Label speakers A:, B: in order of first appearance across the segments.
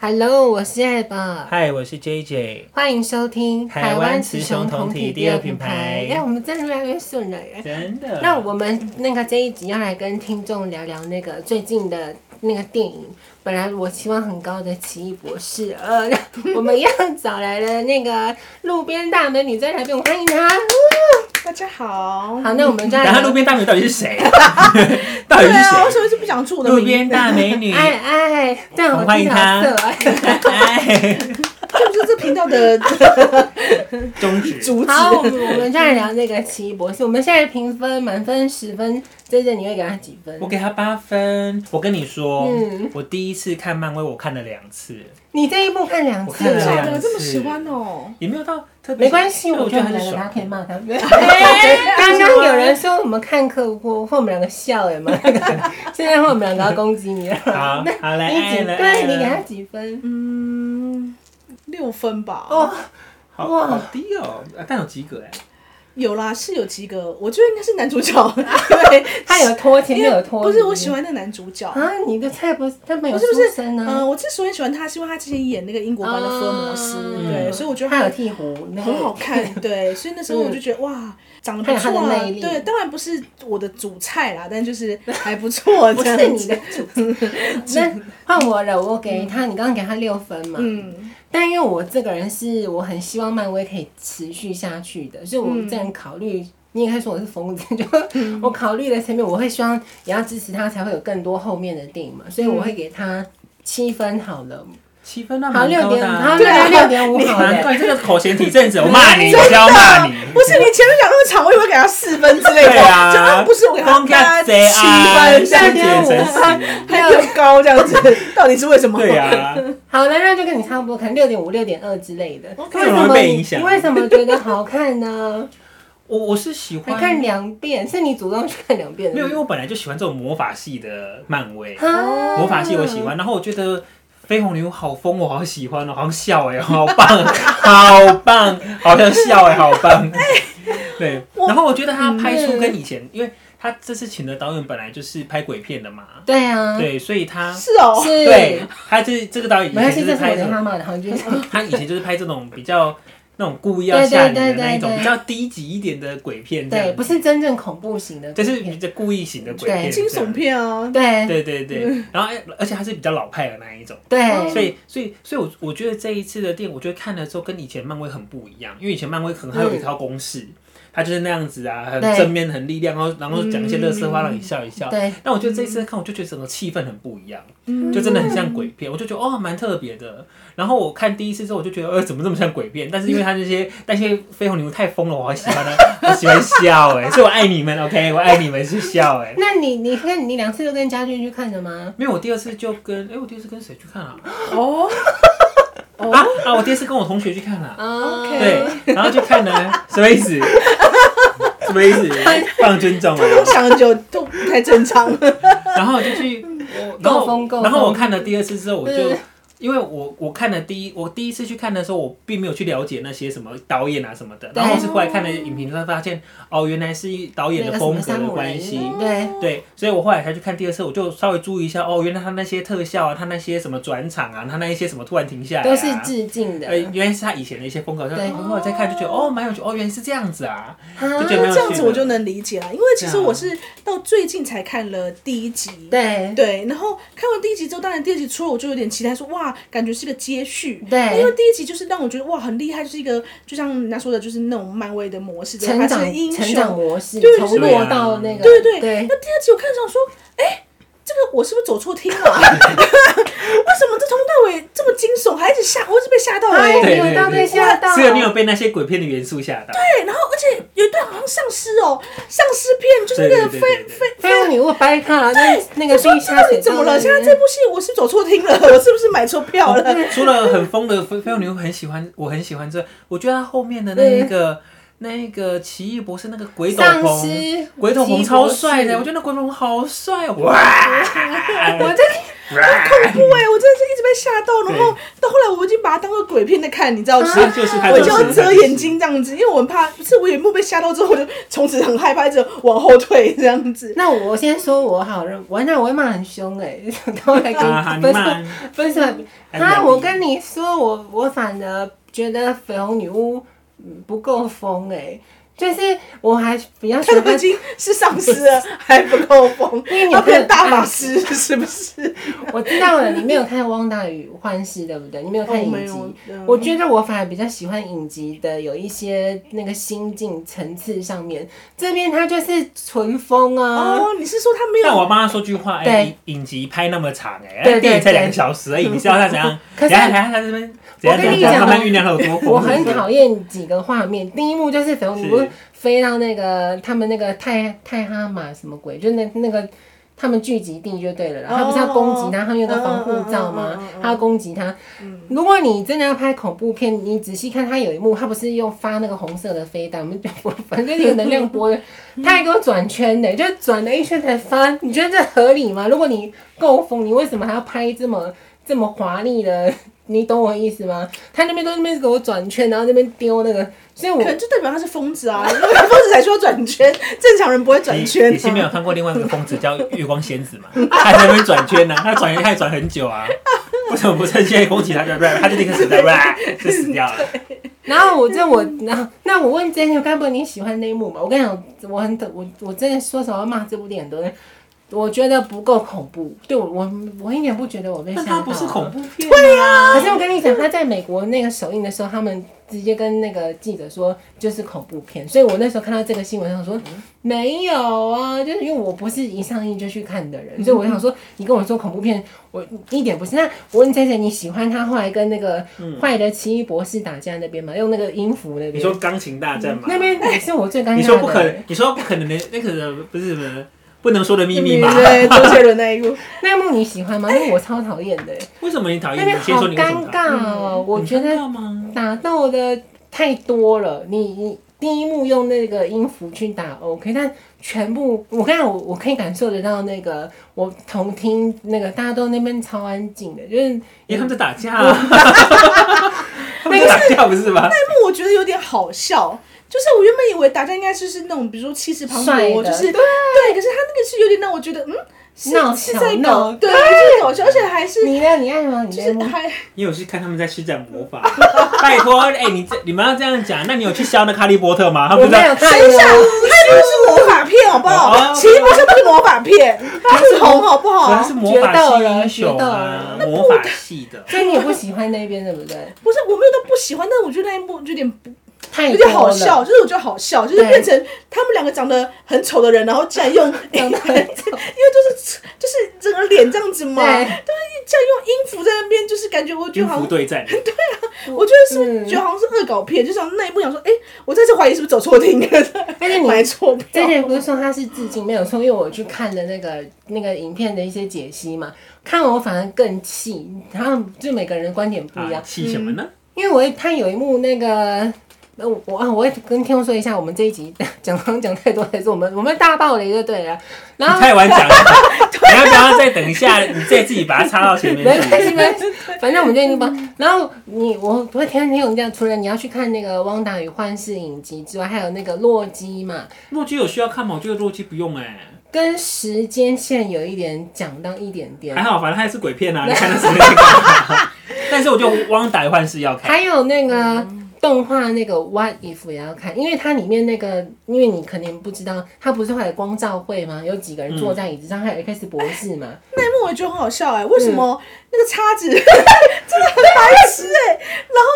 A: Hello，我是艾宝，
B: 嗨，我是 JJ。
A: 欢迎收听
B: 台湾雌雄同体第二品牌
A: 哎，我们真的越来越顺了耶！
B: 真 的？
A: 那我们那个这一集要来跟听众聊聊那个最近的那个电影，本来我期望很高的《奇异博士》，呃， 我们一样找来了那个路边大美女在台边，我欢迎 她。
C: 大家好。
A: 好，那我们就来
B: 然后
A: 聊
B: 路边大美女到底 是谁？到底
C: 对
B: 是
C: 啊，为什
B: 谁？
C: 么就不想住我的
B: 路
C: 名
B: 边
C: 字
B: 大美女，
A: 哎哎，这样
B: 我
A: 我
B: 们欢迎她
A: 听好 色哎
B: 哎，
C: 这不是这频道的
B: 终止。
C: 主旨。
A: 好，我们我们就来聊那个《奇异博士》，我们现在评分满分十分，这阵你会给他几分
B: 我？给她八分。我跟你说
A: 嗯，
B: 我第一次看漫威，我看了两次，
A: 你这一部看两
B: 我
A: 次
B: 看了
A: 了
B: 两。
C: 假的这么喜欢哦？
B: 也没有到特别。
A: 没关系，
B: 对
A: 我
B: 我
A: 觉得
B: 很
A: 很两个大
B: 爽
A: 家可以。骂他。刚刚有人说我们看客户，或我们两个笑哎嘛，现在换我们两个要攻击你了。
B: 好，好来，
A: 你
B: 爱
A: 几？
B: 了，
A: 对
B: 爱
A: 你给他
B: 了。
A: 几分？
C: 嗯，六分吧。
A: 哦，
B: 好
A: 哇
B: 好低哦，啊但有及格哎。
C: 有啦，是有及格。我觉得应该是男主角，因为
A: 他有拖， 前
C: 因
A: 面
C: 为
A: 有拖。
C: 不是我喜欢那个男主角。
A: 啊，你的菜不是他没有啊
C: 不是不是
A: 出声
C: 嗯、
A: 呢。
C: 我之所以喜欢他，是因为他之前演那个英国版的福尔摩斯，
A: 嗯
C: 对，所以我觉得
A: 他
C: 他
A: 有剃胡，那个
C: 很好看，对，所以那时候我就觉得、哇，长得不
A: 还有
C: 错
A: 他的
C: 啊，
A: 魅力
C: 对，当然不是我的主菜啦，但就是还 不错，
A: 不
C: 这
A: 是
C: 样
A: 你的
C: 子，
A: 主。 那换我了，我给他，你刚刚给他六分嘛？
C: 嗯，
A: 但因为我这个人是我很希望漫威可以持续下去的，所以
B: 嗯
A: 我这人考虑，你也可以说我是疯子， 就我考虑了前面，我会希望也要支持他，才会有更多后面的电影嘛，所以我会
B: 嗯
A: 给他七分好了，
B: 七分那
A: 好
B: 蛮
A: 六
B: 嗯高
A: 点
B: 的
A: 五，好
B: 啊。
C: 对啊
A: 六点五好
B: 难
A: 了。
B: 怪这个口嫌体正直，我骂你，我就要骂你。
C: 不是你前面讲那么长，我以为给他四分之类的，
B: 对啊
C: 就啊不是我给他
B: 光
C: 给他
B: 看
C: 七
B: 贼啊，
C: 分，这
B: 三
C: 样
A: 对
C: 子
B: 点诚
A: 啊
B: 实。
C: 还有高这样子，到底是为什么？
B: 对啊呀、
A: 好了，那就跟你差不多，可能六点五、六点二之类的。
C: OK
A: 为什
B: 很
A: 么
B: 容易被影响
A: 你为什么觉得好看呢？
B: 我我是喜
A: 还
B: 欢
A: 看两遍，是你主动去看两遍的？
B: 没有，因为我本来就喜欢这种魔法系的漫威，
A: 啊
B: 魔法系我喜。欢。然后我觉得绯红女巫好疯，我好喜欢哦，好笑哎， 好棒，好棒，好像笑哎，好 棒。对，然后我觉得他拍出跟以
A: 嗯
B: 前，因为他这次请的导演本来就是拍鬼片的嘛，
A: 对啊，
B: 对，所以他
C: 是哦，
A: 是，
B: 对他这这个导演以
A: 没关
B: 前
A: 系，
B: 就
A: 这
B: 是
A: 是我
B: 拍这
A: 的
B: 种，
A: 他骂的，好，就是。
B: 他以前就是拍这种比较。那种故意要吓你
A: 对对对
B: 的
A: 对
B: 那一种
A: 对
B: 比较低级一点的鬼片，这 样
A: 对，
B: 子
A: 不是真正恐怖型的
B: 这
A: 鬼
B: 是
A: 片，
B: 比较故意型的鬼片，
C: 惊悚。片啊，
A: 对
B: 对对对，然后哎而且它是比较老派的那一种，
A: 嗯对，
B: 所以所以所以我我觉得这一次的电影，我觉得看了之后跟以前漫威很不一样，因为以前漫威可能还有一套公式，
A: 嗯
B: 它就是那样子啊，很
A: 对
B: 正面很力量，然后然后讲一些乐色话让你笑一笑。
A: 对嗯
B: 但我觉得这一次看，我就觉得整个气氛很不一样，
C: 嗯
B: 就真的很像鬼片，我就觉得哦蛮特别的。然后我看第一次之后，我就觉得呃怎么这么像鬼片？但是因为它那些那些绯红女巫太疯了，我好喜欢它， 我喜欢笑哎、所以我爱你们，OK，我爱你们是笑哎、
A: 那你你跟你两次都跟家俊去看的吗？
B: 没有，我第二次就跟哎、我第二次跟谁去看啊？
C: 哦，
B: 啊啊！我第一次跟我同学去看啦、
C: 啊
A: OK
B: 对，然后去看呢，什么意思？什么意思？放尊重
C: 我
B: 啊！
C: 想很久都不太正常，
B: 然 后我就去，我然
A: 够疯
B: 后
A: 够疯
B: 然后我看了第二次之后，我就
A: 嗯
B: 因为我我看了第一我第一次去看的时候，我并没有去了解那些什么导演啊什么的，
A: 对
B: 然后我是后来看了影评，才发现哦，原来是导演
A: 那个
B: 的
A: 什
B: 风
A: 么
B: 格
A: 山
B: 的
A: 姆
B: 关
A: 雷
B: 系。
A: 对，
B: 对，啊所以我后来才去看第二次，我就稍微注意一下哦，原来他那些特效啊，他那些什么转场啊，他那一些什么突然停下来、啊，
A: 都是致敬的
B: 呃，。原来是他以前的一些风格，
A: 对
B: 然后后来再看就觉得哦，蛮有趣，哦，原来是这样子啊，
A: 啊
B: 就觉得蛮有
C: 这
B: 趣
C: 样
B: 的
C: 子我就能理解了。因为其实我是到最近才看了第一集，
B: 啊
A: 对
C: 对，然后看完第一集之后，当然第二集出了，我就有点期待说，哇，感觉是个接续。
A: 对
C: 因为第一集就是让我觉得哇很厉害，就是一个就像人家说的，就是那种漫威的模式，
A: 成
C: 他
A: 长
C: 是英雄。
A: 成长模式，
C: 对
A: 从
C: 就是
A: 弱到那个，
C: 对对
A: 对
C: 那第二集我看上说，哎、这个我是不是走错厅了、啊 为什么这从头到尾这么惊悚，还一直吓，我一直被吓到了、
A: 哎，
C: 欸。
A: 你有到被吓到，
B: 只有你有被那些鬼片的元素吓到，
C: 对，然后而且有一段好像丧尸哦，丧尸片就是那个
B: 对对
C: 飞
B: 对对对
C: 飞
A: 非常女巫掰开了，那那个地
C: 这
A: 下嗯
C: 到
A: 水
C: 底
A: 道
C: 怎么了？
A: 那
C: 现在
A: 边
C: 这部戏我是走错厅了，我是不是买错票了？
B: 除了很疯的飞飞鸟女巫很喜欢，我很喜欢这，我觉得他后面的那一个那一个奇异博士那个鬼斗
A: 丧
B: 篷，
A: 尸
B: 鬼斗篷超帅的，我
A: 就
B: 觉得
C: 哎
B: 那鬼斗篷好帅，哇！
A: 我这
C: 恐怖哎、我真的是一直被吓到，然后到后来我已经把它当做鬼片在看，你知道是。
A: 啊
B: 他就是他
C: 我
B: 就是
C: 就遮眼睛这样子，因为我很怕，是我眼目被吓到之后，我就从此很害怕，一直往后退这样子。
A: 那我先说我好了，我那我会骂很凶哎、 欸，想到来跟
B: 啊，哈
A: 你
B: 你
A: 分手
B: 骂
A: 分手
C: 哎
A: 还啊！我跟你说，我我反而觉得绯红女巫嗯不够疯哎，就是我还比较喜
C: 他
A: 欢
C: 都 已经是丧尸了，还不够疯，
A: 为你
C: 他变
A: 很
C: 大法师是不是？
A: 我知道了，你没有看《汪大与幻视》对不对？你没有看
C: 哦
A: 影
C: 没
A: 集。
C: 有嗯
A: 我觉得我反而比较喜欢影集的有一些那个心境层次上面，这边它就是纯疯 啊。
C: 哦，你是说他没
B: 但我
C: 有？
B: 帮他说句话，哎、
A: 对
B: 影影集拍那么长、哎，
A: 对对
B: 电影才
A: 对
B: 两个小时而已，你知道他怎样？
A: 可
B: 等
A: 是
B: 一下等一下他这边，
A: 我
B: 怎样
A: 跟
B: 怎
A: 你
B: 样
A: 讲
B: 他慢
A: 哦
B: 慢酝酿了有 多恐怖？
A: 我很讨厌几个画面，第一幕就是绯红女巫
B: 是
A: 飞到那个他们那个泰泰哈马什么鬼，就那那个他们聚集地就对了啦。
C: 哦
A: 他不是要攻击他，他们有个防护罩
C: 嗯嗯
A: 吗
C: 嗯嗯嗯？
A: 他要攻击他。如果你真的要拍恐怖片，你仔细看，他有一幕，他不是用发那个红色的飞弹，我们反正有能量波的，他还给我转圈呢，就转了一圈才发。你觉得这合理吗？如果你够疯，你为什么还要拍这么这么华丽的？ 你懂我意思吗？他那边都那边给我转圈，然后那边丢那个，所以我
C: 可能就代表他是疯子啊，因为疯子才需要转圈，正常人不会转
B: 你
C: 圈
B: 你是没有
C: 啊。
B: 看过另外一个疯子叫月光仙子嘛？ 他还会转圈呢、他转圈他也转很久啊。为什么不趁现在攻击他就 rap，他就立刻死掉 rap 就死掉了？
A: 然后我这我，然后那我问 J 该不会你喜欢那一幕吧？我跟你讲，我很我我真的说实话骂这部电影都，我觉得不够恐怖。对我我我一点不觉得我被吓
B: 但
A: 到。啊
B: 他不是恐怖片、啊
C: 对呀、
A: 可是我跟你讲，他在美国那个首映的时候，他们直接跟那个记者说就是恐怖片，所以我那时候看到这个新闻，想说没有啊，就是因为我不是一上映就去看的
B: 嗯
A: 人，所以我想说你跟我说恐怖片，我一点不是。那我问 J J，你喜欢他后来跟那个坏的奇异博士打架那边吗？用那个音符那
B: 嗯你
A: 边
B: 说。钢琴大战嘛？
A: 那边也是我最尴尬的。
B: 你说不可能，你说不可能的，那个不是什么不能说的秘密嘛？
C: 对，周杰伦那一幕，
A: 那一幕你喜欢吗？因为我超讨厌的、
B: 为什么 你讨
A: 那
B: 厌？
A: 边
B: 你先
A: 好
B: 说你为什么嗯
A: 尴
B: 讨厌？
A: 尬哦、我觉
B: 你
A: 得
B: 知道吗？
A: 打斗的太多了，你你第一幕用那个音符去打 OK，但全部我刚才我我可以感受得到那个我同听那个大家都那边超安静的，就是
B: 因为他们在打架、啊，他们在打架不是吗？
C: 那幕我觉得有点好笑。就是我原本以为打架应该就是那种，比如说气势磅
A: 帅
C: 礴，
A: 的
C: 就是
A: 对
C: 对，可是他那个是有点让我觉得，嗯，是
A: 闹
C: 是
A: 小
C: 在搞，
A: 闹嗯
C: 对，就是搞笑，而且还是
A: 你呢？你爱吗？你
C: 就
A: 爱
C: 是
A: 吗？
C: 还
B: 你有去看他们在施展魔法？拜托，哎、你这你们要这样讲，那你有去削那哈利波特吗？他
A: 我
B: 们不知
A: 没
B: 道
A: 有看
C: 等一下，
A: 哟。
C: 他不是魔法片，好不好？
B: 哦
C: 奇异博士不是魔法片，他是红，好不
B: 可是
C: 好
B: 是？魔法系英
A: 决斗
B: 雄
A: 了
B: 啊，魔法系 的。
A: 所以你也不喜欢那边对不对？
C: 不是，我没有到不喜欢，但是我觉得那一幕有点不
A: 太
C: 有
A: 多
C: 点
A: 了
C: 好笑，，就是我觉得好笑，就是
A: 对
C: 变成他们两个长得很丑的人，然后竟 然用因
A: 长
C: 为
A: 得很丑
C: 就是就是整个脸这样子嘛，但
A: 对
C: 是这样用音符在那边，就是感觉我觉
B: 军
C: 得好
B: 服
C: 像，
B: 对战，
C: 我觉得是不是
A: 嗯
C: 觉得好像是恶搞片，就想那一幕想说，哎，我再次怀疑是不是走错厅了，
A: 但是你
C: 买错
A: 这
C: 票。
A: 前不是说他是致敬，没有错，因为我去看了那个那个影片的一些解析嘛，看完我反而更气，然后就每个人的观点 不一
B: 啊
A: 样，，
B: 气什么呢？
A: 因为我会他有一幕那个。那我我啊我会跟听众说一下，我们这一集 讲讲讲太多，还是我们我们大爆雷就对了。然
B: 你
A: 后
B: 太晚讲 了，你要不要再等一下？你再自己把它插到前面
A: 没 关
B: 去。
A: 系，没关系，反正我们就已经帮。然后你我我会天天有这样，除了你要去看那个《汪达与幻视》影集之外，还有那个《洛基》嘛，
B: 洛基有需要看吗？我觉得洛基不用哎，
A: 跟时间线有一点讲到一点点
B: 还。好，反正它也是鬼片 啊，你看的时间干嘛但是我觉得《汪达与幻视》要 看，
A: 还有那个动画那个 What If 也要看，因为它里面那个，因为你可能不知道，它不是会有光照会吗？有几个人坐在椅子上，还有 X 博士嘛。
C: 那一幕我也觉得很好笑哎、为什么
A: 嗯
C: 那个叉 子真的很白痴哎、然后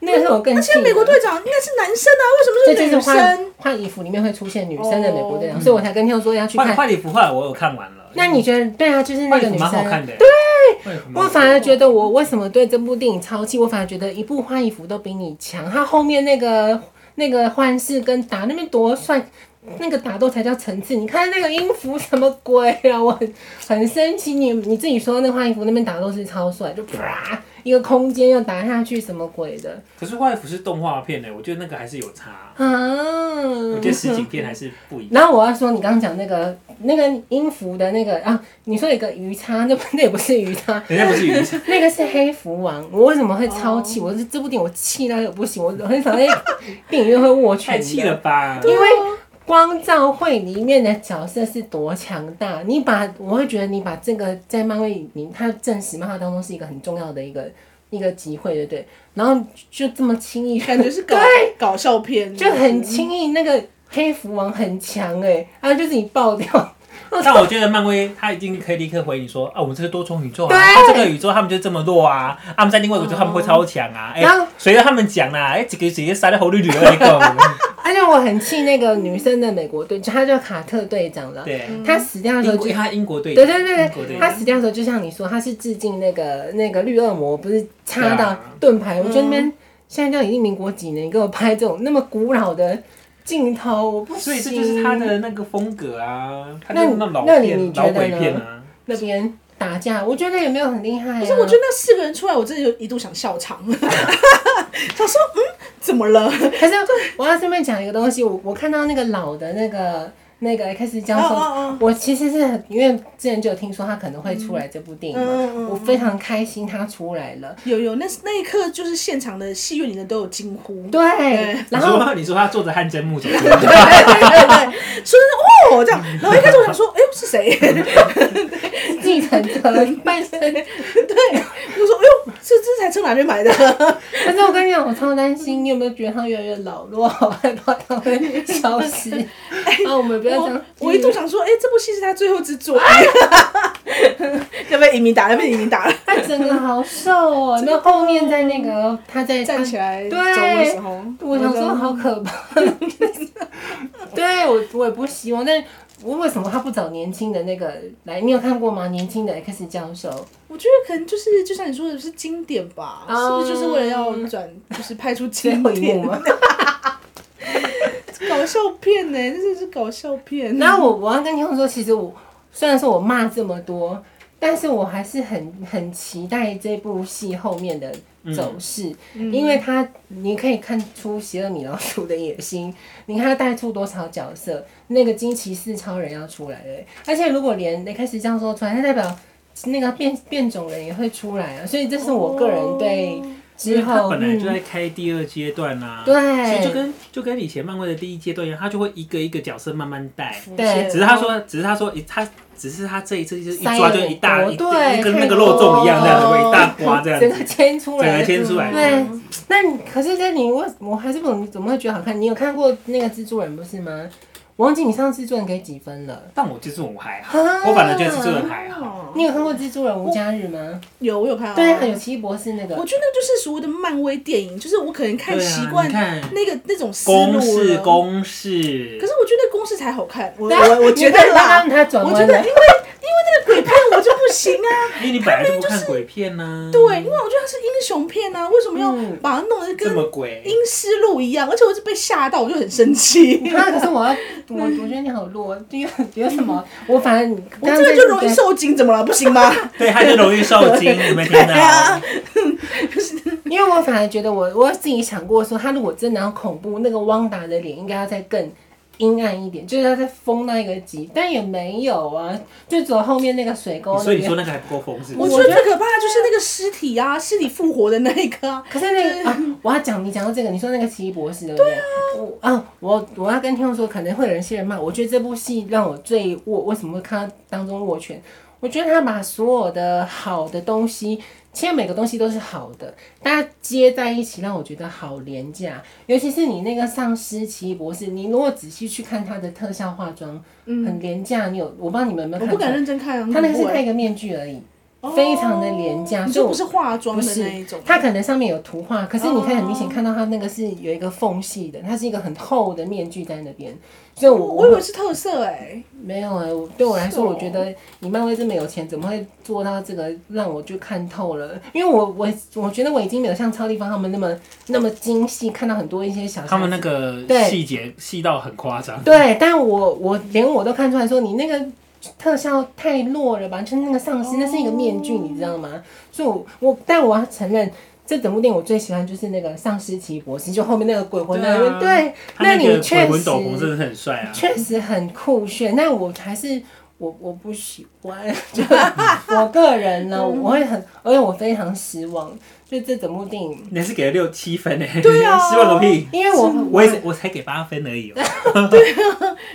A: 那个是我更
C: 那个而
A: 气
C: 且
A: 的。
C: 美国队长应该是男生啊，为
A: 这
C: 什
A: 就
C: 么
A: 是
C: 女生哦
A: 换？换衣服里面会出现女生的美国队长，所以我才跟听说要去
B: 坏
A: 看。
B: 坏里服坏我有看完了，
A: 那你觉得对啊，就是那
B: 坏
A: 个
B: 里服
A: 女
B: 蛮好
A: 生。
B: 看的，对，
A: 我反而觉得我为什么对这部电影超气，我反而觉得一部换衣服都比你强。他后面那个那个幻视跟打那边多帅，那个打斗才叫层次。你看那个音符什么鬼啊？我很很生气。你你自己说那画音符那边打斗是超帅，就啪一个空间要打下去，什么鬼的
B: 可是外服是动画片呢、欸我觉得那个还是有差，
A: 啊？
B: 我觉得实景片还是不 一样。
A: 然后我要说，你刚刚讲那个那个音符的那个啊，你说有个鱼叉，那不那也不是鱼叉，
B: 人家不是 鱼叉，
A: 那个是黑蝠王。我为什么会超气？
B: 哦
A: 我是这部电影我气到也不行，我很少在电影院会握拳
B: 太
A: 的。
B: 气了吧？
A: 因为光照会里面的角色是多强大，你把我会觉得你把这个在漫威里面，它证实漫画当中是一个很重要的一个一个集会，对不对？然后就这么轻易，
C: 感觉是搞搞笑片，
A: 就很轻易，那个黑蝠王很强哎、欸，他就自己爆掉，
B: 但我觉得漫威他一定可以立刻回你说啊，我们这是多重宇宙啊，
A: 对
B: 啊这个宇宙他们就这么弱啊，啊他们在另外一个宇宙他们会超强啊，
A: 嗯
B: 哎、
A: 然后
B: 随着他们讲啦、啊，哎、几个直接塞在红绿哎绿 而个，
A: 而且我很气那个女生的美国队，就她叫卡特队长了，
B: 对，
A: 她死掉的时候
B: 英
A: 就
B: 国他英国队，
A: 对对对
B: 英国
A: 对，
B: 队
A: 他死掉的时候，就像你说，他是致敬那个那个绿恶魔，不是插
B: 对
A: 到
B: 啊
A: 盾牌？我觉得那
C: 嗯
A: 边现在就已经民国几年，你给我拍这种那么古老的镜头，我不行。
B: 所以这就是他的那个风格啊，他就是那种老
A: 那你你
B: 片
A: 觉
B: 老
A: 得
B: 鬼
A: 呢
B: 片啊。
A: 那边打架，我觉得也没有很厉害、啊。
C: 可是我觉得那四个人出来，我真的有一度想笑场， 想说嗯，怎么了？
A: 得，可是我要顺便讲一个东西，我我看到那个老的那个那个 X 教授。
C: 哦
A: 我其实是很，因为之前就有听说他可能会出来这部电影嘛，
C: 嗯嗯嗯
A: 我非常开心他出来了。
C: 有有，那那一刻就是现场的戏院里面都有惊呼，
A: 对，然后
B: 你说 你说他坐着汗蒸木走出来，
C: 对对对对，说真的哦这样，然后一开始我想说，哎、呦是谁？
A: 计程车半身
C: 对，我就说，哎呦，这这台车哪里买的？
A: 但是我跟你讲，我超担心，你有没有觉得他越来越老弱？我好害怕他会消 失。啊，我们不要这样嗯哎
C: 我。哎我一度想说，哎、这部戏是他最后之作。 要被移民打，要被移民 打了。
A: 他整个好瘦 哦，那后面在那个他在
C: 哦站起来走
A: 对
C: 的时候，
A: 我想说好可怕。 对我我也不希望，但我为什么他不找年轻的那个来？你有看过吗？年轻的 X 教授，
C: 我觉得可能就是就像你说的是经典吧，
A: 嗯
C: 是不是就是为了要转，就是拍出
A: 最
C: 经
A: 后一幕
C: 典
A: 吗？
C: 搞笑片呢、这真是搞笑片。
A: 然后我我要跟听众说，其实我虽然说我骂这么多，但是我还是很很期待这部戏后面的
B: 嗯
A: 走势，
C: 嗯
A: 因为它你可以看出邪恶米老鼠的野心，你看他带出多少角色，那个惊奇四超人要出来了、欸而且如果连雷开始这样说出来，那代表那个变变种人也会出来啊，所以这是我个人对
C: 哦
B: 因
A: 之
B: 为他
A: 后、
B: 本来就
A: 嗯
B: 在开第二阶段啦、所以就
A: 对
B: 跟就跟以前漫威的第一阶段一样，他就会一个一个角色慢慢带。
A: 对
B: 只是他说，只是他说，他只是他这一次就是一
A: 塞
B: 抓就
A: 了
B: 一大
C: 哦
A: 很
B: 一
A: 多
B: 一
A: 对
B: 跟
A: 太
B: 那个肉粽一样
A: 多
B: 这样子，
C: 了
B: 一大瓜这样
A: 整个
B: 子，
A: 牵出
B: 整
A: 来
B: 个，牵出来。
A: 对，那你可是这你我我还是不懂，怎么会觉得好看？你有看过那个蜘蛛人不是吗？我忘记你上次蜘蛛人给几分了。
B: 但我就是我还好，
A: 啊
B: 我反而觉得蜘蛛人还好。
A: 你有看过蜘蛛人无家日吗？
C: 哦有我有看、啊，
A: 对啊，有奇异博士那
C: 我
A: 个。
C: 觉得那就是所谓的漫威电影，就是我可能看
B: 对
C: 习
B: 啊，
C: 惯
B: 你看
C: 那个那种思
B: 公式
C: 路了。
B: 公式
C: 可，是我觉得公式才好看，我
A: 对啊
C: 我我觉得
A: 你看
C: 啦
A: 刚刚，他转
C: 我觉
A: 弯
C: 得因为因
A: 了
C: 为，那个鬼片我就不行 啊，
B: 因为你本来就不看鬼片呢、
C: 对，因为我觉得它是英雄片啊，为什么要
A: 嗯
C: 把它弄得
B: 这
C: 跟
B: 么鬼，
C: 阴尸路一样？而且我是被吓到，我就很生气。
A: 啊，可是我要我我觉得你好弱，就有有什么？我反正
C: 我这个就容易受惊，怎么了？不行吗？
B: 对，他就容易受惊，你没听
C: 对啊
B: 到？，
A: 因为我反而觉得我我自己想过说，他如果真的要恐怖，那个汪达的脸应该要再更阴暗一点，就是要再疯到一个极，但也没有啊，就走后面那个水沟
B: 所以
A: 那
B: 你说
A: 边。
B: 那个还不够疯是不
C: 我
B: 是？
C: 觉得最可怕的就是那个尸体啊，尸体复活的那一个啊。
A: 可是那个啊，我要讲你讲到这个，你说那个奇异博士对不对？我啊，我我要跟听众说，可能会有人些人骂，我觉得这部戏让我最我为什么会看到当中握拳？我觉得他把所有的好的东西，其实每个东西都是好的，大家接在一起，让我觉得好廉价。尤其是你那个丧尸奇异博士，你如果仔细去看他的特效化妆，很廉价。你有我不知道你们有没有
C: 嗯
A: 看
C: 我不
A: 出来？
C: 敢认真看啊，
A: 他那个是
C: 不会
A: 戴一个面具而已，非常的廉价。
C: 你
A: 所以
C: 就
A: 我
C: 不是化妆
A: 不
C: 的
A: 是
C: 那一种，
A: 它可能上面有图画，可是你可以很明显看到它那个是有一个缝隙的，它是一个很厚的面具在那边，所以
C: 哦我
A: 我
C: 我以为是特色哎、
A: 没有哎、我对我来
C: 是
A: 说，
C: 哦
A: 我觉得你漫威这么有钱，怎么会做到这个让我就看透了？因为我我我觉得我已经没有像超立方他们那么那么精细，看到很多一些小
B: 他们
A: 瑕疵
B: 那个
A: 对
B: 细节细到很夸张，
A: 对，但我我连我都看出来说你那个特效太弱了吧，就是那个丧尸那是一个面具，你知道吗？所以我，我但我要承认。这整部电影我最喜欢就是那个丧尸奇博士，就后面那个鬼魂在那边。
B: 对啊
A: 对，
B: 他
A: 那
B: 那
A: 你
B: 个
A: 确
B: 鬼
A: 实
B: 魂斗篷真的很帅啊，
A: 确实很酷炫，但我还是我我不喜欢， 就我个人呢，我会很，而且我非常失望，就这整部电影，
B: 你还是给了六七分欸呢，
C: 对啊
B: 失望个屁！
A: 因为我
B: 我也是，我才给八分而已、哦。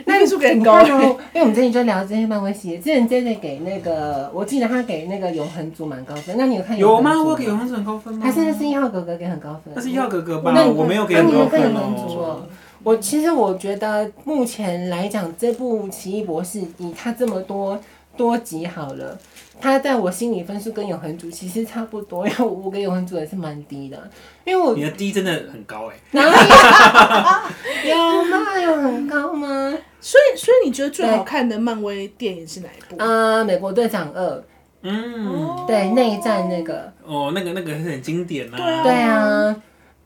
C: 那你数给很
A: 你
C: 高
A: 看
C: 欸
A: 哦，因为我们之前就聊这些漫威系列，之前 J J 给那个，我记得他给那个永恒族蛮高分，那你有看
B: 有
A: 永恒
B: 吗？
A: 族
B: 我给永恒族很高分吗？
A: 还是那是一号哥哥给很高分，
B: 那是耀哥哥吧
A: 那？你
B: 我没有给
A: 那
B: 很
A: 你
B: 高
A: 有看
B: 分
A: 永恒族
B: 哦。
A: 哦。我其实我觉得目前来讲，这部《奇异博士》以它这么多多集好了，它在我心里分数跟永恒族其实差不多，因为我给永恒族也是蛮低的，因为我
B: 你的 D 真的很高哎，
A: 哪里有 有吗？有很高吗？
C: 所以，所以你觉得最好看的漫威电影是哪一部？
A: 呃，美国队长二，
B: 嗯，
A: 对内战那个。
B: 哦，那个那个是很经典呐、
C: 对啊
A: 对啊，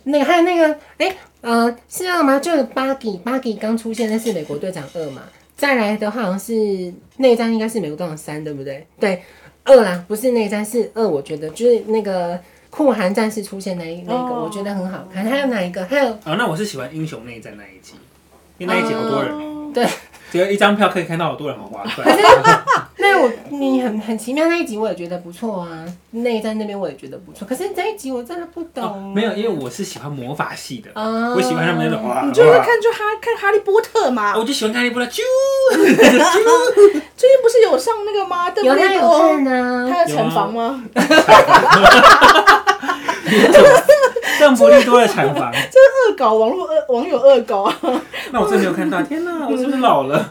A: 那个还有那个，哎、呃，是那个吗？就是 Buggy Buggy 刚出现，那是美国队长二嘛。再来的话，好像是内战，应该是美国队长三，对不对？对，二啦，不是内战，是二。我觉得就是那个酷寒战士出现那一那个
C: 哦
A: 我觉得很好看。还有哪一个？还有
B: 哦，那我是喜欢英雄内战那一集，因为那一集好多人，
C: 哦
A: 对，
B: 只有一张票可以看到好多人，好划算。
A: 那我你很很奇妙那一集，我也觉得不错啊。内战那边我也觉得不错，可是这一集我真的不懂。
B: 哦，没有，因为我是喜欢魔法系的，
A: 啊
B: 我喜欢他们那种哇，
C: 你就会
B: 哇
C: 看就哈看哈利波特嘛
B: 啊，？我就喜欢看那部了，啾，
C: 最近不是有上那个吗？邓布
A: 有
C: 利
A: 那有看
C: 多
A: 啊，
C: 哦他的产房吗？
B: 邓布利多的产房，
C: 恶搞网络恶网友恶搞 啊，
B: 那我真没有看到，天哪，我是不是老了？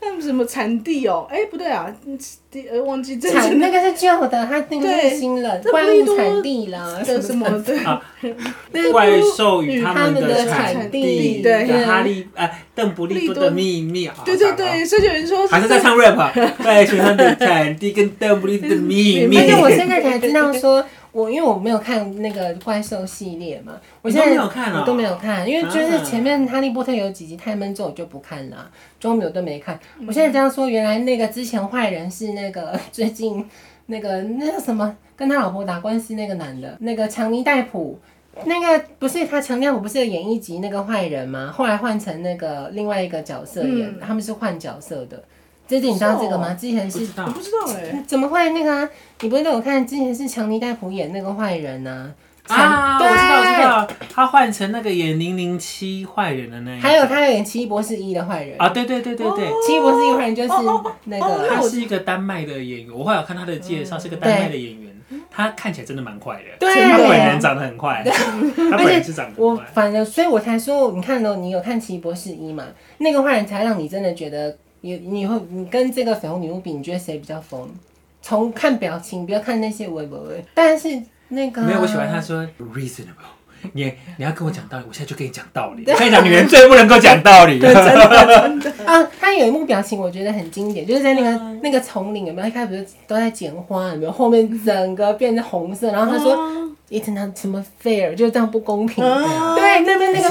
C: 那什么产地哦？哎，不对啊，嗯地呃忘记这
A: 产
C: 真
A: 那个是旧的，它那个
C: 对
A: 是新的，
C: 这
A: 怪
C: 不一
A: 物
C: 多
A: 产地啦，
C: 的什么对
B: 啊
A: 那
B: 怪
A: 物
B: 兽与他们的产地，
C: 对
B: 的哈利哎，邓布利多的秘密啊，
C: 对对对，所以有人说
B: 还是在唱 rap，啊 怪兽与他们的产地跟邓布利多的秘密
A: 而且我
C: 对。
A: 现在才知道说，我因为我没有看那个怪兽系列嘛，我
B: 你
A: 现
B: 都
A: 在
B: 没有看啊
A: 我都没有看，因为就是
B: 啊
A: 前面哈利波特有几集太闷之后我就不看了啊，中美我都没看。我现在这样说，原来那个之前坏人是那个最近那个那个什么跟他老婆打官司那个男的，那个强尼戴普。那个不是他强尼戴普不是有演一集那个坏人吗？后来换成那个另外一个角色演，
C: 嗯
A: 他们是换角色的。这集你知道这个吗？之前
B: 不
A: 是
B: 知道
C: 我不知道哎，
A: 怎么会那个、啊？你不是都有看之前是强尼戴普演那个坏人呐、啊？
B: 啊，我
A: 对
B: 知道，我知道，他换成那个演零零七坏人的那一个，
A: 还有他有演《奇异博士一》的坏人，
B: 啊，对对对对对，
A: 奇异博士一》坏人就是那
C: 哦
A: 个，
B: 他是一个丹麦的演员，我后来有看他的介绍，是个丹麦的演员，他看起来真的蛮快的，
A: 对
B: 他本人长得很快，他本人是长得
A: 我
B: 很快，
A: 反正，所以我才说，你看哦，你有看《奇异博士一》嘛？那个坏人才让你真的觉得你你会你跟这个绯红女巫比，你觉得谁比较疯？从看表情，不要看那些微博微，但是那个啊
B: 没有，我喜欢他说
A: 嗯
B: reasonable。你你要跟我讲道理，我现在就跟你讲道理。我跟你讲，女人最不能够讲道理。
A: 啊，他有一幕表情我觉得很经典，就是在那个、那个丛林有没有？一开始不是都在剪花有没有？后面整个变成红色，然后他说。
C: 嗯哦
A: 一直拿什么 fair 就是这样不公平。
C: 啊
A: 对，那边那个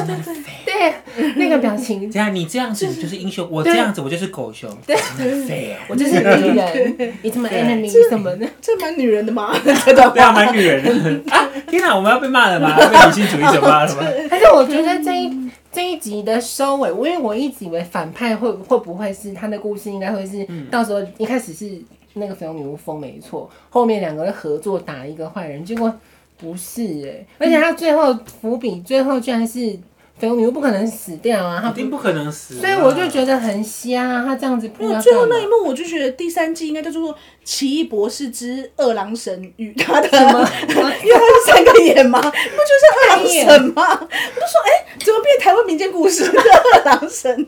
A: 对那个表 情，
B: 这样你这样子就是英雄，我这样子我就是狗熊。
A: 对
B: 对
A: 我就是敌人，你什么
B: 对
A: enemy 什么的。
C: 这蛮女人的嘛， 这段
B: 对啊，蛮女人的 啊！天哪，我们要被骂了吗？被女性主义者骂了吗？
A: 但是我觉得这一这一集的收尾，我因为我一直以为反派会会不会是他的故事，应该会是、到时候一开始是那个绯红女巫疯没错，后面两个人合作打一个坏人，结果不是哎、而且他最后伏笔，最后居然是绯红女巫不可能死掉啊，他
B: 一定不可能死啊。
A: 所以我就觉得很瞎、啊，他这样啊子
C: 没
A: 不
C: 有
A: 要
C: 最后
A: 干嘛
C: 那一幕，我就觉得第三季应该叫做《奇异博士之二郎神与他的》，
A: 什么什么
C: 因为他是三个 眼嘛，你不觉得是二郎神吗？我就说，哎、怎么变台湾民间故事的二郎神？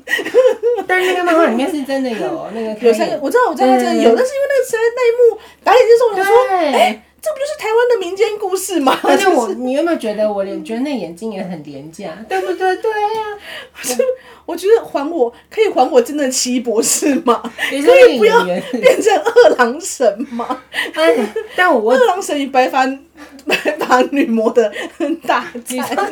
A: 但是那个漫画里面是真的有那个
C: 有三个，我知道，我知道他真的有，但是因为那个实在那一幕打眼睛的时候，我想说，哎
A: 对，
C: 这不就是台湾的民间故事吗？
A: 而且我，你有没有觉得我连觉得那眼镜也很廉价，对不对？啊对呀、
C: 我觉得还我可以还我真的奇异博士吗？
A: 也是
C: 可
A: 那
C: 以不
A: 个
C: 要
A: 演员。
C: 变成二郎神吗？
A: 哎，但我
C: 二郎神与白发 白发女魔的大
A: 你
C: 战，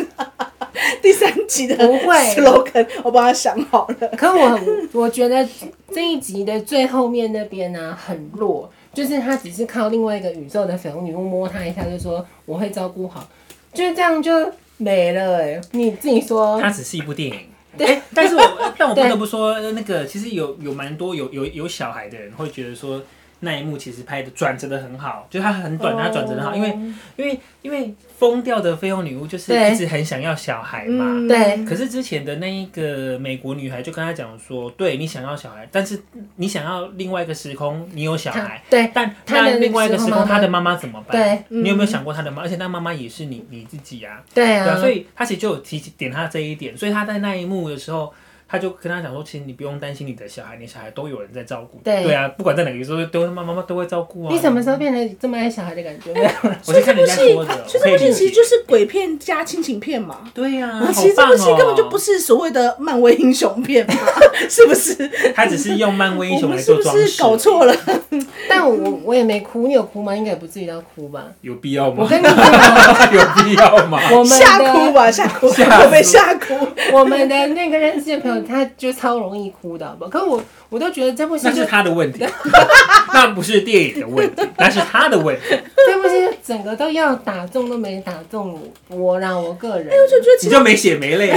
C: 第三集的
A: 不会
C: slogan 我帮他想好
B: 哎
C: 了。
A: 可我我觉得这一集的最后面那边呢、很弱，就是他只是靠另外一个宇宙的绯红女巫摸他一下，就说我会照顾好，就这样就没了哎、你自己说
B: 它只是一部电影。
A: 对
B: 诶但是我但我不
A: 对
B: 得不说，呃那个其实有有蛮多有有有小孩的人会觉得说那一幕其实拍的转折的很好，就是它很短，它转折的好，因为因为因为疯掉的绯红女巫就是
A: 对
B: 一直很想要小孩嘛。
C: 嗯
A: 对
B: 可是之前的那一个美国女孩就跟他讲说，对你想要小孩，但是你想要另外一个时空，你有小孩，
A: 对
B: 但
A: 她的
B: 那另外一个时
A: 时空妈
B: 空，
A: 妈
B: 她的妈妈怎么办？
A: 对
B: 你有没有想过她的妈？而且那妈妈也是你你自己啊，
A: 对
B: 对啊，
A: 啊
B: 所，以他其实就有提点他这一点，所以他在那一幕的时候，他就跟他讲说，其实你不用担心你的小孩，你小孩都有人在照顾。
A: 对
B: 啊，不管在哪个宇宙，都妈妈妈都会照顾啊。
A: 你什么时候变得这么爱小孩的感觉？
B: 我是看人家说的，
C: 所以
B: 我可
C: 这部
B: 以
C: 戏
B: 理
C: 其实
B: 解。
C: 就是鬼片加亲情片嘛。
B: 对呀、
C: 啊
B: 好
C: 其实这部戏
B: 棒哦
C: 根本就不是所谓的漫威英雄片嘛，是不是？
B: 他只是用漫哦威英
C: 我
B: 雄
C: 们
B: 来
C: 是
B: 做
C: 不
B: 装饰，
C: 是搞错了？
A: 但我我也没哭，你有哭吗？应该也不至于到哭吧。
B: 有必要
A: 我
B: 吗？
A: 跟你讲，
B: 有必要吗？
A: 我 们
C: 吓哭
A: 的
C: 吧，吓哭，
B: 吓
C: 我被
B: 死
C: 吓哭。
A: 我们的那个认识的朋友，他就超容易哭的，好不好？可我我都觉得这部戏
B: 那
A: 就是
B: 他的问题， 那不是电影的问题，那是他的问题。
A: 这部戏整个都要打中都没打中我啦，我个人。
C: 哎我就觉得其
B: 你
C: 实
B: 就没血没泪，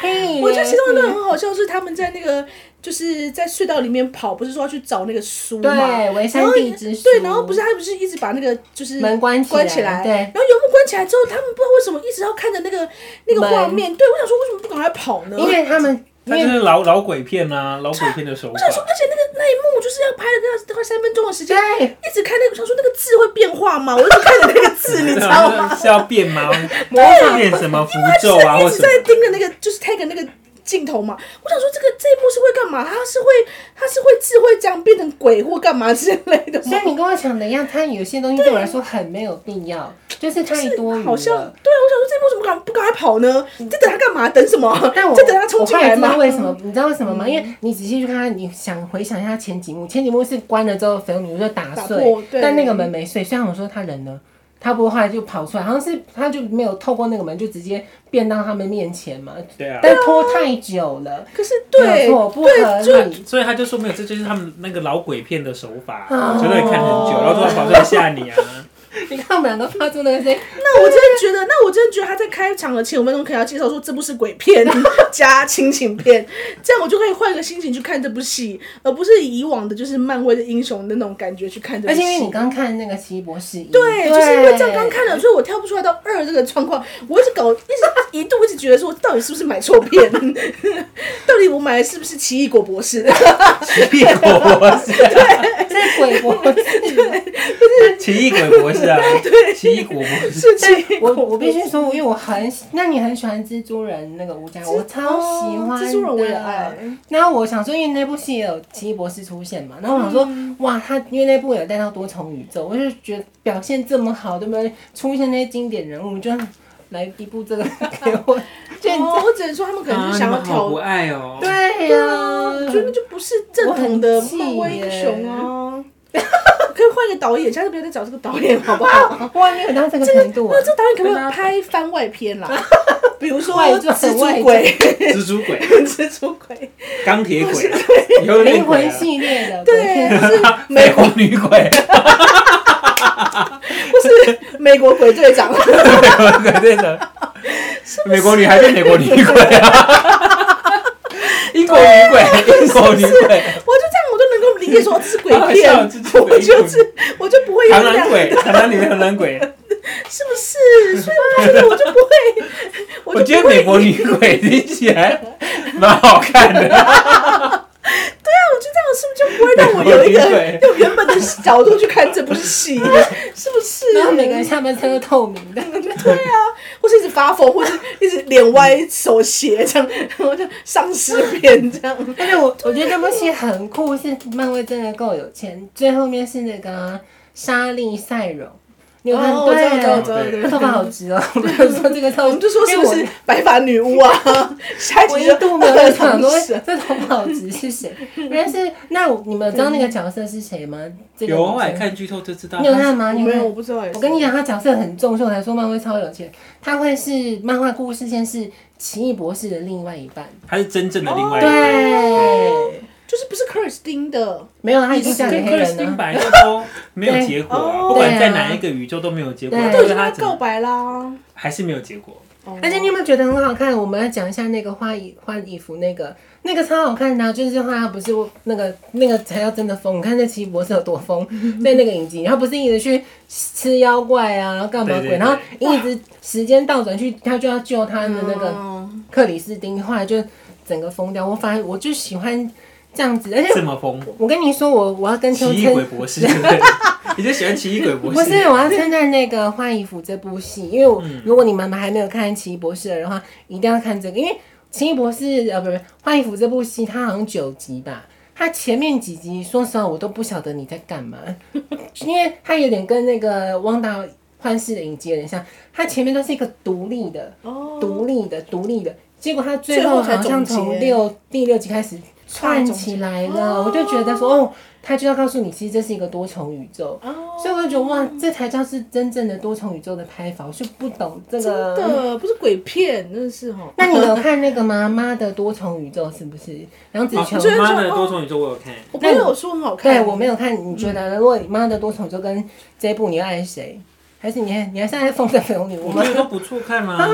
A: 嘿
C: 我觉得其中一段很好笑，是他们在那个就是在隧道里面跑，不是说要去找那个书嘛？
A: 对，为
C: 然
A: 山
C: 后
A: 地之书，
C: 对，然后不是啊他不是一直把那个就是
A: 门关
C: 关
A: 起
C: 起
A: 来，
C: 来，
A: 对，
C: 然后油幕关起来之后，他们不知道为什么一直要看着那个那个
A: 门
C: 画面。对，我想说为什么不赶快跑呢？
A: 因为他们因
B: 那就
A: 为
B: 是老老鬼片啊，老鬼片的手
C: 我
B: 法
C: 想。说，而且那个那一幕就是要拍了快快三分钟的时间，
A: 对
C: 一直看那个，我想说那个字会变化吗？我一直看着那个字， 你知道 吗？
B: 是要变 吗？
A: 魔法
B: 变什么符
C: 他
B: 咒啊，或
C: 一直
B: 什
C: 在
B: 么？
C: 盯着那个就是 tag 那个镜头嘛。我想说这个这一幕是会干嘛？他是会他是会智慧这样变成鬼或干嘛之类的
A: 所
C: 吗
A: 以？你跟我想的一样，它有些东西对我来说很没有必要，就是太多余
C: 好像对
A: 了。
C: 啊，我想说这一幕怎么敢不赶快跑呢？在等他干嘛？等什么？
A: 但我
C: 在等他冲
A: 我
C: 进
A: 后来
C: 来嗯
A: 知道
C: 吗？
A: 为什么，你知道为什么吗？因为你仔细去看它，你想回想一下前几幕，前几幕是关了之后，粉红女巫就打
C: 打
A: 碎
C: 破，对
A: 但那个门没碎。虽然我说他人呢，他不过后来就跑出来，好像是他就没有透过那个门，就直接变到他们面前嘛。
B: 对啊，
A: 但拖太久了，
C: 可是
A: 没
C: 对
A: 有错，不
C: 对，就
A: 合理。
B: 所以他就说没有，这就是他们那个老鬼片的手法，
A: 哦
C: 啊
B: 觉得看很久，然后突然跑出来吓你 啊。
A: 你看我们两个发出那个声音，
C: 那我真的觉得，那我真的觉得他在开场的前五分钟可以要介绍说这部是鬼 片加亲情片，这样我就可以换个心情去看这部戏，而不是以往的就是漫威的英雄的那种感觉去看这部
A: 而
C: 戏。
A: 且因为你刚看那个《奇异博士一》，
C: 对，就是因为这样刚看了，所以我跳不出来到二这个状况。我一直搞，一直一度一直觉得说，到底是不是买错片？ 到底我买的是不是奇异果博士？
B: 奇异鬼博士啊，
A: 这鬼博士，
B: 奇异鬼博士啊，奇异果博士。
C: 是奇异
A: 我
C: 果
A: 我
C: 博
A: 必
C: 士。
A: 须说，因为我很喜，那你很喜欢蜘蛛人那个吴家，我超喜欢的。
C: 哦蜘蛛人我也爱。
A: 然后我想说，因为那部戏也有奇异博士出现嘛，然后我想说，
C: 嗯
A: 哇，他因为那部有带到多重宇宙，我就觉得表现这么好，对不对？出现那些经典人物，就来一部这 个给我，就
C: 哦，我只能说他们可能就是想要
B: 啊你们好
C: 挑
B: 不爱哦。
C: 啊
A: 对呀、
C: 我觉得那就不是正统的漫威英雄啊。 可以换一个导演，下次不要再找这个导演好不 好？
A: 哇，你有到这个程度、啊
C: 那，这导演可不可以拍番外篇 啦？比如说
A: 外 传
C: 蜘
A: 外
C: 蛛鬼、
B: 蜘蛛鬼、
C: 蜘蛛鬼，
B: 钢铁鬼，以后
A: 灵
B: 变鬼
A: 魂
B: 啊，
A: 系列的，鬼
C: 对，
A: 片
C: 或是
B: 美国女鬼，
C: 或是美国鬼队长。
B: 美国鬼队长， 美国女还是美国女鬼啊？ 英国女鬼，英国女鬼，
C: 我就这样，我就能够理解说这是鬼
B: 好好
C: 片，
B: 笑蜘蛛鬼
C: 我就是我就不 会有
B: 螳
C: 这样
B: 螂鬼，
C: 的，
B: 螳螂里面螳螂鬼。
C: 是不是？所以我觉得我就不会，我
B: 我
C: 就
B: 觉
C: 不
B: 得
C: 会
B: 美国女鬼听起来蛮好 看的，
C: 对啊，我就这样，是不是就不会让我有一
B: 美国女
C: 个用原本的角度去看这部戏？是不是？
A: 然后每个人下半身都透明的，
C: 对啊，或是一直发疯，或是一直脸歪手斜这样， 然后就丧尸片这样。
A: 但是我我觉得这部戏很酷，是漫威真的够有钱。最后面是那个啊莎莉赛柔，你有看
C: 哦，我知道，我知道，我知
A: 嗯对，她
C: 道，对对
A: 头发好直 哦，我没有说这个超，
C: 我们就说是
A: 因为
C: 不
A: 我
C: 是白发女巫啊？ 下一
A: 我
C: 集
A: 一
C: 就
A: 度没有在想说
C: 神
A: 这头发好直是谁，但是那我你们知道那个角色是谁吗？这个
B: 有啊，我
A: 女
B: 也
A: 生
B: 看剧透就知道。
A: 你有看吗？
C: 我
A: 你
C: 没有，
A: 看
C: 我不知道耶。
A: 我跟你讲，他角色很重，所以我才说漫威超有钱。他会是漫画故事线是奇异博士的另外一半，
B: 他是真正的另外一位。
A: 哦对，
C: 就是不是克里斯汀的，
A: 没有他已
B: 你
A: 经
B: 是
A: 嫁给
B: 跟
A: 黑
B: 克里
A: 人
B: 斯汀
A: 了。
B: 本来就都没有结果啊，
C: 对
B: 不管在哪一个宇宙都没有结果，
A: 对
C: 都
B: 就
C: 已
B: 是
C: 经跟他
B: 他怎
C: 告
B: 么
C: 白啦。
B: 还是没有结果。
C: 哦
A: 而且你有没有觉得很好看？我们来讲一下那个花衣换衣服那个，那个超好看的啊、就是后来他不是那个那个才叫真的疯。你看那奇异博士有多 疯，在那个影集，他不是一直去吃妖怪啊，然后干嘛鬼，
B: 对对对
A: 然后一直时间倒转去，他就要救他的那个
C: 哦
B: 嗯
A: 克里斯汀，后来就整个疯掉。我反而我就喜欢这样子，而且
B: 这么疯，
A: 我跟哎你说，我我要跟秋
B: 奇异鬼
A: 称，
B: 博士，对不对 你就喜欢奇异鬼博
A: 不
B: 士？
A: 是我要称赞那个《换衣服》这部戏，因为我、
B: 嗯
A: 如果你们还没有看《奇异博士》的话，一定要看这个，因为《奇异博士》呃不是《换衣服》这部戏，它好像九集吧。它前面几集，说实话，我都不晓得你在干嘛，因为它有点跟那个汪达幻视的影集有点像，它前面都是一个独立的，
C: 哦
A: 独立的，独立的。结果他最
C: 最后
A: 后
C: 才
A: 好像
C: 总
A: 从
C: 结
A: 六第六集开始串起来了，我就觉得说，哦，他就要告诉你，其实这是一个多重宇宙。
C: 哦，
A: 所以我就觉得哇，这才叫是真正的多重宇宙的拍法，我就不懂这
C: 真
A: 个。
C: 的不是鬼片，真的是哦。
A: 那你有看那个吗？妈的多重宇宙是不是？杨紫
B: 啊
A: 琼，
C: 就是
B: 妈的多重宇宙我有看，
C: 我朋友说很好看，
A: 对我没有看，你觉得呢如果妈的多重宇宙跟这一部，你爱谁？还是你还你还是爱风的粉红女巫
B: 我
A: 吗
B: 觉？得都不错看啊。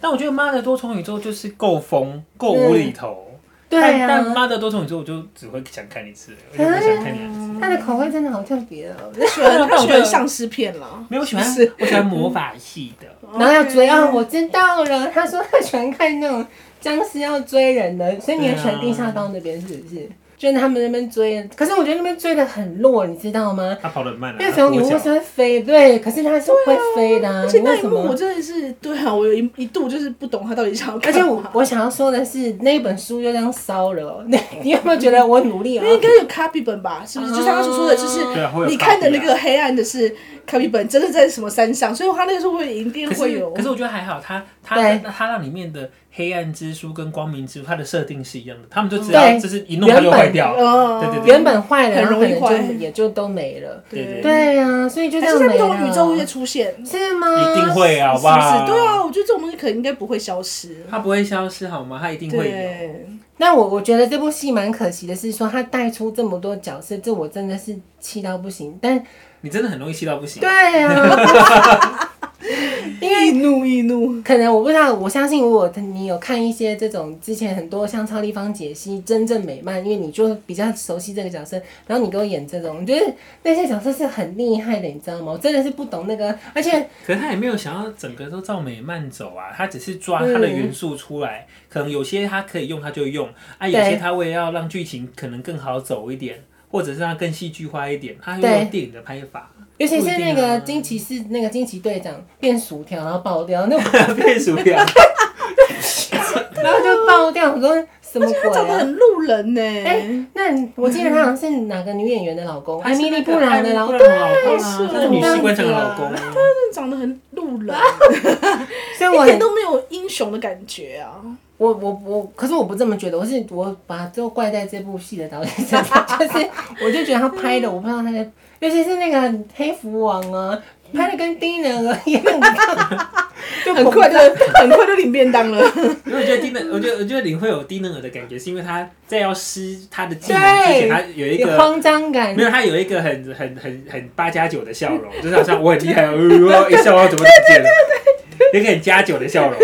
B: 但我觉得妈的多重宇宙就是够疯，够无厘头。
A: 对
B: 但但
A: 啊，
B: 妈的多重宇宙我就只会想看一次，我就不想看两次。
A: 他的口味真的好特别哦。
C: 他喜欢他喜
B: 但我觉
C: 欢
B: 得
C: 丧尸片啦。
B: 没有，我喜欢
C: 是
B: 我喜欢魔法系的。
A: 然后要追啊！
C: OK
A: 我知道了，他说他喜欢看那种僵尸要追人的，所以你很喜欢地下道那边是不是？就是他们那边追，可是我觉得那边追的很弱，你知道吗？
B: 他跑得很慢啊，
A: 那小女巫
B: 他跛
A: 是
B: 脚
A: 会飞，对，可是她是会飞的、啊
C: 而且
A: 你
C: 那
A: 为
C: 一
A: 什
C: 幕我
A: 么？
C: 真的是，对啊，我有一一度就是不懂他到底想要
A: 而
C: 干嘛。
A: 且我我想要说的是，那一本书就这样烧了 哦。你你有没有觉得我努力
C: 因
A: 啊？
C: 为应该有 copy 本吧，是不是？
A: 嗯
C: 就像他所说的，就是
B: 对啊会有
C: 你
B: copy
C: 看的那
B: 啊
C: 个黑暗的是 copy 本，真的在什么山上，所以他那个时候会一定
B: 可
C: 会
B: 是
C: 有
B: 可。是我觉得还好，它它
A: 对
B: 它让里面的黑暗之书跟光明之书，它的设定是一样的，他们就只
A: 对
B: 要就是一弄它就坏掉。
C: 嗯
B: 对对对
A: 原本坏了，
C: 很
A: 然后
C: 容
A: 可
C: 易
A: 能
C: 坏
A: 就也就都没了。
B: 对
A: 对呀、啊，所以就这
C: 还是
A: 样
C: 在
A: 没
C: 不同宇宙会
A: 了。
C: 出现，
A: 是吗？
B: 一定会
A: 哦
B: 啊，好
C: 是
B: 不
C: 不
B: 好？
C: 是？对啊，我觉得这种东西可能应该不会消失。
B: 它不会消失好吗？它一定会有。
C: 对，
A: 那我我觉得这部戏蛮可惜的是说，他带出这么多角色，这我真的是气到不行。但
B: 你真的很容易气到不行。
A: 对啊，因为
C: 易怒易怒，
A: 可能我不知道，我相信如果你有看一些这种之前很多像超立方解析真正美漫，因为你就比较熟悉这个角色，然后你给我演这种，我觉得那些角色是很厉害的，你知道吗？我真的是不懂那个， 而且
B: 可是他也没有想要整个都照美漫走啊，他只是抓它的元素出来，可能有些他可以用他就用，啊，有些
A: 对
B: 他为了要让剧情可能更好走一点，或者是让它更戏剧化一点，他
A: 对
B: 用电影的拍 法。
A: 尤其是那个
B: 不一定
A: 惊奇是那个惊奇队长变薯条然后爆掉，那我
B: 啊变薯条，
A: 然后就爆掉，我说什么
C: 他
A: 鬼
C: 长得
A: 啊？
C: 很路人呢。
A: 哎 那你我记得他好像是哪个女演员的老公，
B: 还
A: 艾
B: 是
A: 米
B: 那
A: 丽
B: 个
A: 布朗的老
B: 老
A: 公，
B: 公
C: 是
B: 啊，他的女士官长的老公啊，
C: 真的长得很 路人，
A: 所以我
C: 一
A: 很
C: 点都没有英雄的感觉啊！
A: 我我我，可是我不这么觉得，我是我把都怪在这部戏的导演身上， 就是我就觉得他拍的，我不知道他在，尤其是那个黑蝠王啊，拍的跟丁人儿一样，就
C: 很快就很快就领便当了，
B: 因为我觉得低能，我觉得我觉得林会有低能儿的感觉，是因为他在要施他的技能之前，
A: 对
B: 他有一
A: 有
B: 个
A: 慌张感
B: 没。有，他有一个很很很很八加九的笑容， 就是好像我很厉害，哦，一笑我怎么不见了，有一个很加九的 笑容，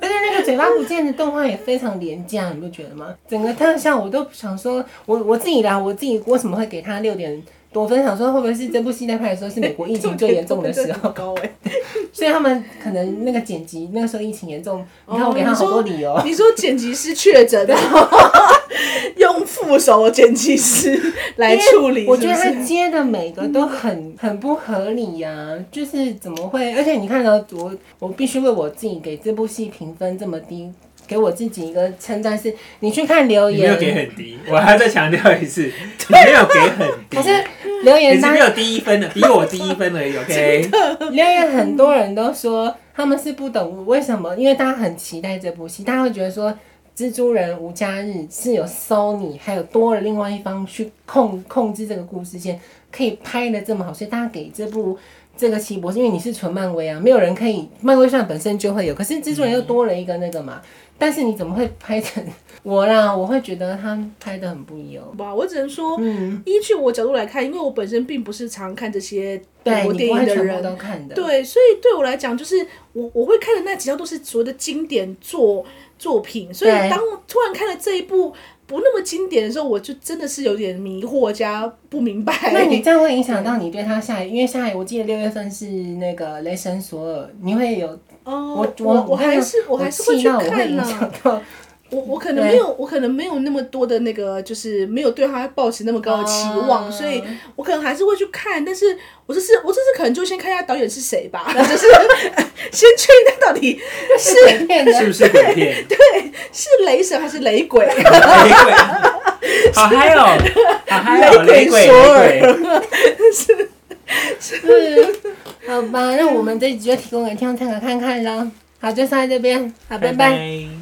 A: 但是那个嘴巴不见的动画也非常廉价，你不觉得吗？整个特效我都想说，我我自己啦，啊我自己为什么会给他六点多分？想说会不会是这部戏在拍的时候是美国疫情最严重 的时候，
C: 高哎。
A: 所以他们可能那个剪辑那个时候疫情严重，你看我给他好多理由。
C: 哦你说剪辑师确诊，然后 用副手剪辑师来处理，
A: 我觉得
C: 是
A: 他
C: 不是嗯
A: 接的每个都很 很不合理呀、就是怎么会？而且你看到我，我必须为我自己给这部戏评分这么低给我自己一个称赞是，你去看留
B: 你没有
A: 言，
B: 给很低，我还要再强调 一次，你没有给很低
A: 啊可，是留
B: 你
A: 言
B: 是
A: 当
B: 没有第一分的，比我低一分 而已。OK，
A: 留言很多人都说他们是不懂为什么，因为大家很期待这部戏，大家会觉得说《蜘蛛人无家日》是有 Sony 还有多了另外一方去控控制这个故事线，可以拍的这么好，所以大家给这部。这个奇博士，因为你是纯漫威啊，没有人可以漫威上本身就会有，可是蜘蛛人又多了一个那个嘛。但是你怎么会拍成 我啦？我会觉得他拍的很不优。
C: 吧，我只能说，
A: 嗯，
C: 依据我角度来看，因为我本身并不是常看这些美
A: 对，
C: 国
A: 你
C: 电
A: 不
C: 影
A: 会
C: 的
A: 全部
C: 人，
A: 都看的。
C: 对，所以对我来讲，就是我我会看的那几条都是所谓的经典作作品，所以
A: 对
C: 当我突然看了这一部不那么经典的时候，我就真的是有点迷惑加不明白。
A: 那你这样会影响到你对他下一，因为下一我记得六月份是那个雷神索尔，你会有
C: 哦，
A: 我
C: 我
A: 我
C: 还是我还是会
A: 气
C: 去
A: 到我会
C: 看
A: 影
C: 啦、
A: 响 到
C: 我我可能没有，我可能没有那么多的那个，就是没有对他抱持那么高的期望，
A: 哦
C: 所以我可能还是会去看。但是我这次我这次可能就先看一下导演是谁吧， 就是先确定他到底是
A: 鬼片的
B: 是不是鬼片？
C: 是雷神还是雷鬼。
B: 雷鬼，好嗨哦，好嗨 哦，
C: 雷
B: 雷
C: 鬼
B: 鬼，
C: 索尔
B: 雷鬼，
A: 是， 好吧，那我们这一集就提供给听众参考看看啦。好，就上在这边，好，拜拜。
B: 拜。